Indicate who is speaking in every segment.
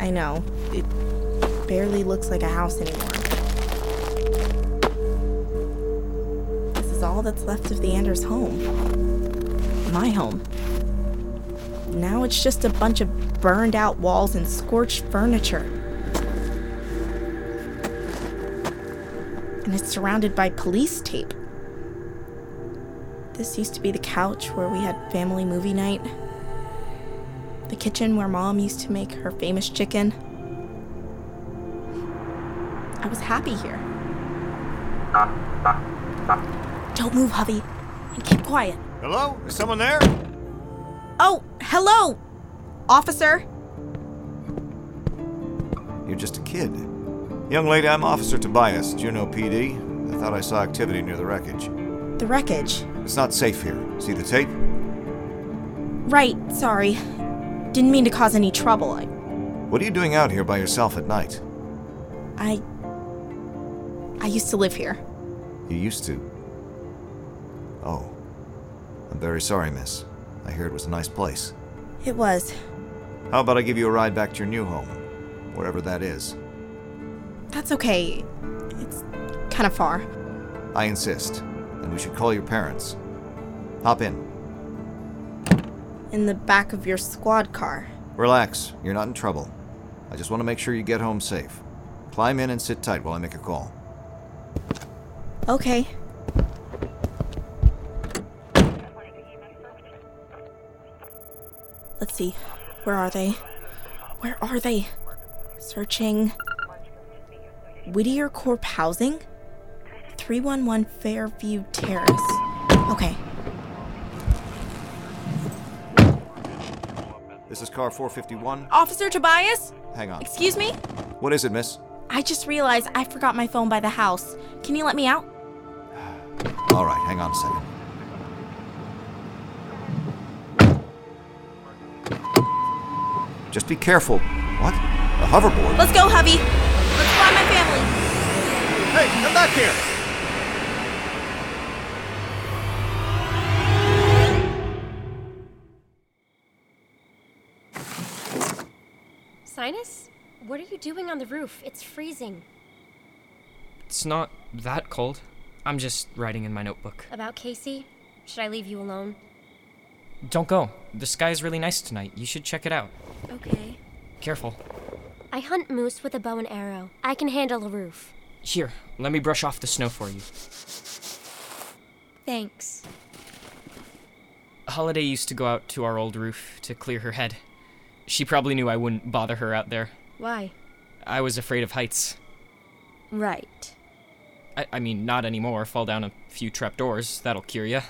Speaker 1: I know. It barely looks like a house anymore. This is all that's left of the Anders home. My home. Now it's just a bunch of burned out walls and scorched furniture. And it's surrounded by police tape. This used to be the couch where we had family movie night, the kitchen where mom used to make her famous chicken. I was happy here. Don't move, Hovey, and keep quiet.
Speaker 2: Hello? Is someone there?
Speaker 1: Oh, hello, officer.
Speaker 2: You're just a kid. Young lady, I'm Officer Tobias, Juneau PD. I thought I saw activity near the wreckage.
Speaker 1: The wreckage.
Speaker 2: It's not safe here. See the tape?
Speaker 1: Right, sorry. Didn't mean to cause any trouble. I,
Speaker 2: What are you doing out here by yourself at night?
Speaker 1: I, I used to live here.
Speaker 2: You used to. Oh. I'm very sorry, miss. I hear it was a nice place.
Speaker 1: It was.
Speaker 2: How about I give you a ride back to your new home? Wherever that is.
Speaker 1: That's okay. It's kind of far.
Speaker 2: I insist. And we should call your parents. Hop in.
Speaker 1: In the back of your squad car.
Speaker 2: Relax. You're not in trouble. I just want to make sure you get home safe. Climb in and sit tight while I make a call.
Speaker 1: Okay. Let's see. Where are they? Where are they? Searching. Whittier Corp Housing? 311 Fairview Terrace. Okay.
Speaker 2: This is car 451.
Speaker 1: Officer Tobias?
Speaker 2: Hang on.
Speaker 1: Excuse me?
Speaker 2: What is it, miss?
Speaker 1: I just realized I forgot my phone by the house. Can you let me out?
Speaker 2: All right, hang on a second. Just be careful. What? A hoverboard?
Speaker 1: Let's go, hubby. Let's find my family.
Speaker 2: Hey, come back here!
Speaker 3: Sinus? What are you doing on the roof? It's freezing.
Speaker 4: It's not that cold. I'm just writing in my notebook.
Speaker 3: About Casey? Should I leave you alone?
Speaker 4: Don't go. The sky is really nice tonight. You should check it out.
Speaker 3: Okay.
Speaker 4: Careful.
Speaker 3: I hunt moose with a bow and arrow. I can handle a roof.
Speaker 4: Here, let me brush off the snow for you.
Speaker 3: Thanks.
Speaker 4: Holiday used to go out to our old roof to clear her head. She probably knew I wouldn't bother her out there.
Speaker 3: Why?
Speaker 4: I was afraid of heights.
Speaker 3: Right.
Speaker 4: I, I mean, not anymore. Fall down a few trapdoors, that'll cure ya.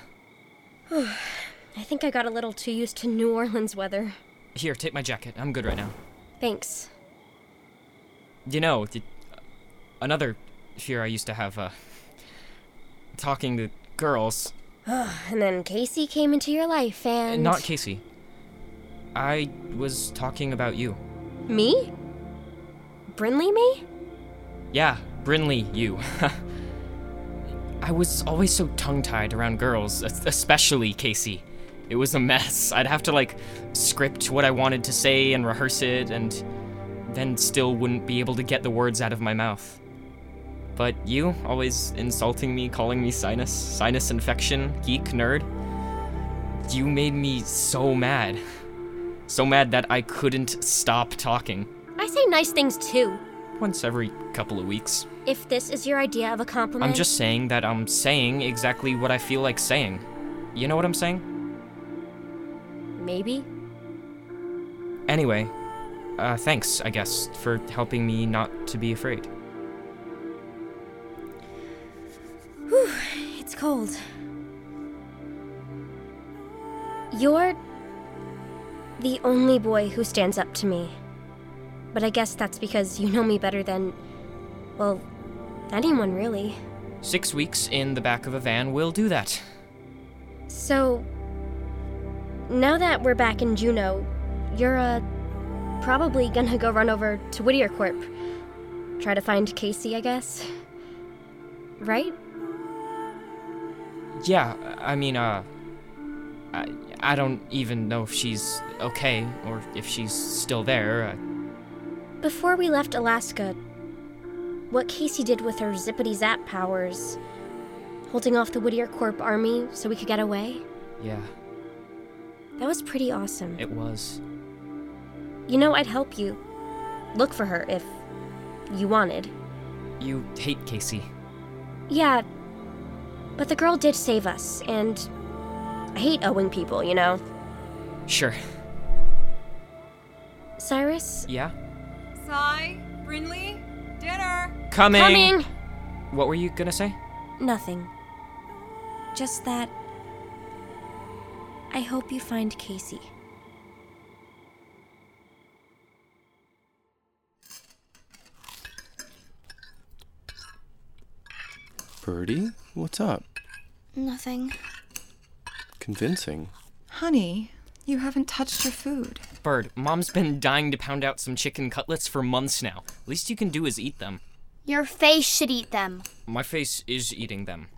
Speaker 3: I think I got a little too used to New Orleans weather.
Speaker 4: Here, take my jacket. I'm good right now.
Speaker 3: Thanks.
Speaker 4: You know, the, another fear I used to have, uh, talking to girls.
Speaker 3: And then Casey came into your life and.
Speaker 4: Not Casey. I was talking about you.
Speaker 3: Me? Brinley me?
Speaker 4: Yeah, Brinley, you. I was always so tongue tied around girls, es- especially Casey. It was a mess. I'd have to, like, script what I wanted to say and rehearse it, and then still wouldn't be able to get the words out of my mouth. But you, always insulting me, calling me sinus, sinus infection, geek, nerd, you made me so mad. So mad that I couldn't stop talking.
Speaker 3: I say nice things too.
Speaker 4: Once every couple of weeks,
Speaker 3: If this is your idea of a compliment.
Speaker 4: I'm just saying that I'm saying exactly what I feel like saying. You know what I'm saying?
Speaker 3: Maybe?
Speaker 4: Anyway, uh, thanks, I guess, for helping me not to be afraid.
Speaker 3: It's cold. You're the only boy who stands up to me. But I guess that's because you know me better than, well, anyone really.
Speaker 4: Six weeks in the back of a van will do that.
Speaker 3: So, now that we're back in Juneau, you're uh, probably gonna go run over to Whittier Corp. Try to find Casey, I guess. Right?
Speaker 4: Yeah, I mean, uh. I, I don't even know if she's okay or if she's still there. Uh,
Speaker 3: Before we left Alaska, what Casey did with her zippity zap powers, holding off the Whittier Corp army so we could get away,
Speaker 4: Yeah,
Speaker 3: that was pretty awesome.
Speaker 4: it was.
Speaker 3: You know, I'd help you look for her if you wanted.
Speaker 4: You hate Casey.
Speaker 3: Yeah, but the girl did save us, and I hate owing people, you know?
Speaker 4: Sure.
Speaker 3: Cyrus?
Speaker 4: Yeah?
Speaker 5: Cy, Brinley, dinner.
Speaker 4: Coming!
Speaker 3: Coming!
Speaker 4: What were you gonna say?
Speaker 3: Nothing. Just that. I hope you find Casey.
Speaker 6: Birdie, what's up?
Speaker 7: Nothing.
Speaker 6: Convincing.
Speaker 5: Honey, you haven't touched your food.
Speaker 4: Bird, Mom's been dying to pound out some chicken cutlets for months now. Least you can do is eat them.
Speaker 7: Your face should eat them.
Speaker 4: My face is eating them.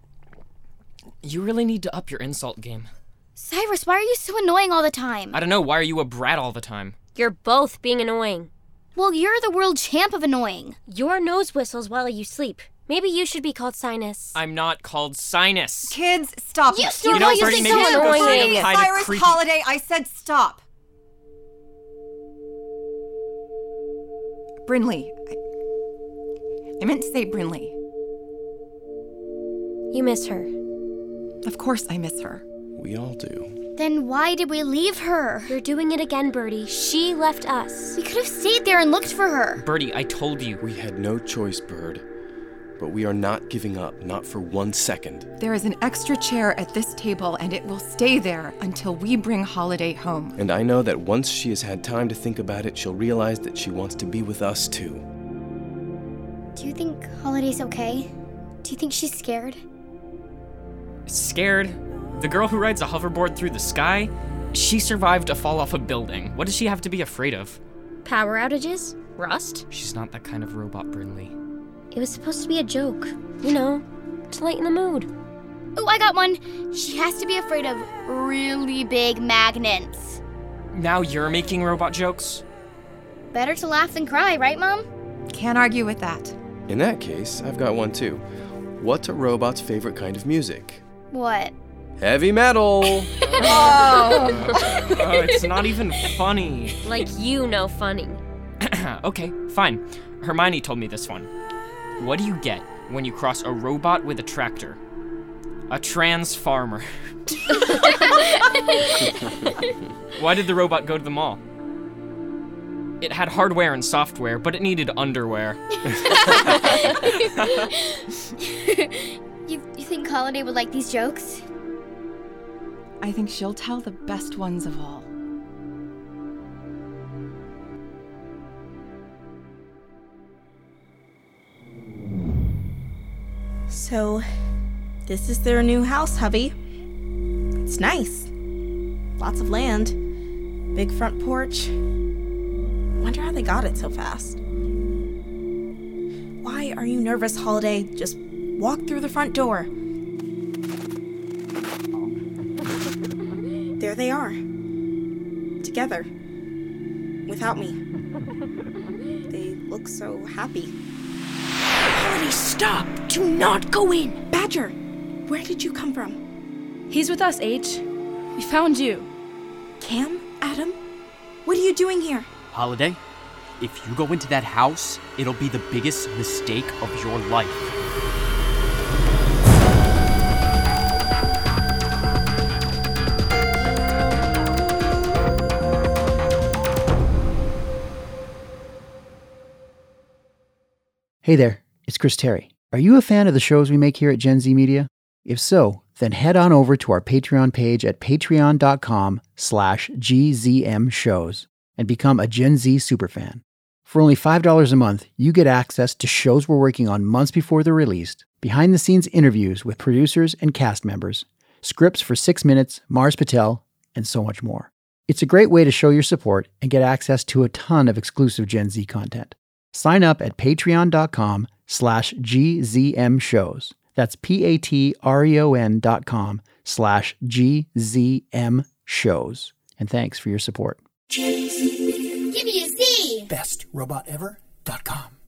Speaker 4: You really need to up your insult game.
Speaker 7: Cyrus, why are you so annoying all the time?
Speaker 4: I don't know, why are you a brat all the time?
Speaker 3: You're both being annoying.
Speaker 7: Well, you're the world champ of annoying.
Speaker 3: Your nose whistles while you sleep. Maybe you should be called Sinus.
Speaker 4: I'm not called Sinus.
Speaker 5: Kids, stop.
Speaker 7: You
Speaker 5: it.
Speaker 7: still
Speaker 4: know,
Speaker 7: know you
Speaker 4: Bernie,
Speaker 7: think
Speaker 4: maybe
Speaker 7: someone
Speaker 4: you should go
Speaker 7: annoying.
Speaker 4: say I'm
Speaker 5: Please,
Speaker 4: kinda
Speaker 5: Cyrus
Speaker 4: creepy.
Speaker 5: Holiday, I said stop. Brinley. I, I meant to say Brinley.
Speaker 3: You miss her.
Speaker 5: Of course I miss her.
Speaker 6: We all do.
Speaker 7: Then why did we leave her?
Speaker 3: You're doing it again, Birdie. She left us.
Speaker 7: We could have stayed there and looked for her.
Speaker 4: Birdie, I told you.
Speaker 6: We had no choice, Bird. But we are not giving up, not for one second.
Speaker 5: There is an extra chair at this table, and it will stay there until we bring Holiday home.
Speaker 6: And I know that once she has had time to think about it, she'll realize that she wants to be with us too.
Speaker 7: Do you think Holiday's okay? Do you think she's scared?
Speaker 4: Scared? The girl who rides a hoverboard through the sky? She survived a fall off a building. What does she have to be afraid of?
Speaker 3: Power outages? Rust?
Speaker 4: She's not that kind of robot, Brinley.
Speaker 3: It was supposed to be a joke. You know, to lighten the mood.
Speaker 7: Oh, I got one. She has to be afraid of really big magnets.
Speaker 4: Now you're making robot jokes?
Speaker 7: Better to laugh than cry, right, Mom?
Speaker 5: Can't argue with that.
Speaker 6: In that case, I've got one too. What's a robot's favorite kind of music?
Speaker 7: What?
Speaker 6: Heavy metal!
Speaker 4: Oh, it's not even funny.
Speaker 3: Like you know funny.
Speaker 4: okay, fine. Hermione told me this one. What do you get when you cross a robot with a tractor? A trans farmer. Why did the robot go to the mall? It had hardware and software, but it needed underwear.
Speaker 7: You, you think Holiday would like these jokes?
Speaker 5: I think she'll tell the best ones of all.
Speaker 1: So, this is their new house, hubby. It's nice. Lots of land. Big front porch. Wonder how they got it so fast. Why are you nervous, Holiday? Just walk through the front door. There they are. Together. Without me. They look so happy. Holiday, stop! Do not go in! Badger, where did you come from?
Speaker 8: He's with us, H. We found you.
Speaker 1: Cam? Adam? What are you doing here?
Speaker 9: Holiday, if you go into that house, it'll be the biggest mistake of your life.
Speaker 10: Hey there, it's Chris Terry. Are you a fan of the shows we make here at Gen Z Media? If so, then head on over to our Patreon page at patreon.com slash gzm shows and become a Gen Z superfan. For only $5 a month, you get access to shows we're working on months before they're released, behind-the-scenes interviews with producers and cast members, scripts for 6 Minutes, Mars Patel, and so much more. It's a great way to show your support and get access to a ton of exclusive Gen Z content. Sign up at patreon.com slash gzm shows. That's p-a-t-r-e-o-n E dot com slash gzm shows. And thanks for your support.
Speaker 7: Yay!
Speaker 11: Give me a C!
Speaker 10: bestrobotever.com.